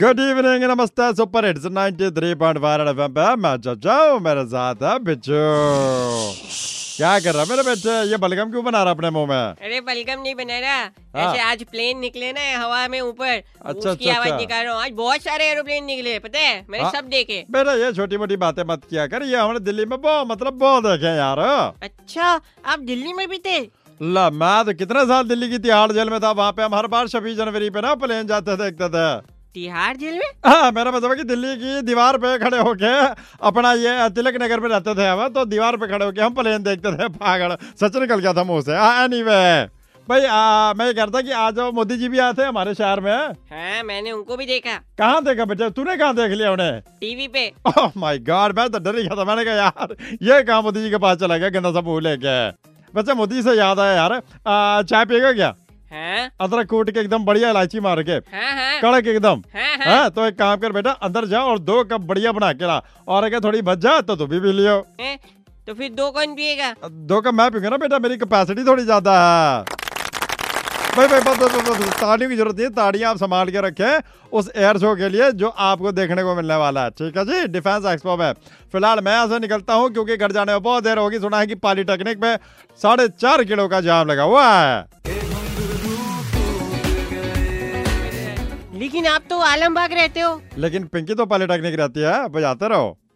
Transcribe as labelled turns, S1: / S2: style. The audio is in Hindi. S1: गुड इवनिंग नमस्ते सुपर हिट्स 93.1 एफएम पे मैं चाचाओ मेरे साथ है बिच्छू क्या कर रहा है मेरे बच्चे ये बलगम क्यों बना रहा अपने मुंह में
S2: अरे बलगम नहीं बना रहा
S1: हाँ।
S2: ऐसे आज प्लेन निकले ना हवा में ऊपर
S1: अच्छा,
S2: उसकी
S1: अच्छा,
S2: आवाज
S1: अच्छा।
S2: निकाल रहा हूँ आज बहुत सारे एरोप्लेन निकले पता है मैंने
S1: हाँ।
S2: सब देखे
S1: बेटा ये छोटी मोटी बातें मत किया कर ये हमने दिल्ली में बहुत मतलब बहुत देखे यार
S2: अच्छा आप दिल्ली में भी थे
S1: ला मैं तो कितने साल दिल्ली की तिहाड़ जेल में था वहाँ पे हम हर बार छब्बीस जनवरी पे ना प्लेन जाते देखते थे
S2: तिहाड़ जेल में
S1: हाँ मेरा मतलब है कि दिल्ली की दीवार पे खड़े होके अपना ये तिलक नगर में रहते थे हम तो दीवार पे खड़े होके हम प्लेन देखते थे पागल सच निकल गया था मुंह से एनी वे भाई आ, मैं ये कहता कि आज वो मोदी जी भी आए थे हमारे शहर में
S2: हाँ मैंने उनको भी देखा
S1: कहाँ देखा बेटे तूने कहाँ देख लिया उन्हें
S2: टीवी पे
S1: ओह माय गॉड मैं तो डर ही गया था मैंने कहा यार ये कहाँ मोदी जी के पास चला गया गंदा सा मुंह लेके वैसे मोदी से याद आया यार आ, चाय पिएगा क्या
S2: हाँ
S1: अदरक कूट के एकदम बढ़िया इलायची मार के
S2: हाँ हाँ
S1: कड़क एकदम
S2: हाँ हाँ
S1: हाँ तो एक काम कर बेटा अंदर जा और दो कप बढ़िया बना के ला और अगर थोड़ी बच जाए तो तू भी पी लियो
S2: हैं? तो फिर दो कौन पिएगा
S1: दो कप मैं पीऊंगा ना बेटा मेरी कैपेसिटी थोड़ी ज्यादा है भाई भाई बस बस बस, बस ताड़ियों की जरूरत नहीं है ताड़ियां आप संभाल के रखें उस एयर शो के लिए जो आपको देखने को मिलने वाला है ठीक है जी डिफेंस एक्सपो में फिलहाल मैं यहाँ से निकलता हूँ क्योंकि घर जाने में बहुत देर होगी सुना है कि पॉलीटेक्निक में साढ़े चार किलो का जाम लगा हुआ है
S2: लेकिन आप तो आलमबाग रहते हो
S1: लेकिन पिंकी तो पॉलीटेक्निक रहती तो है बजाते रहो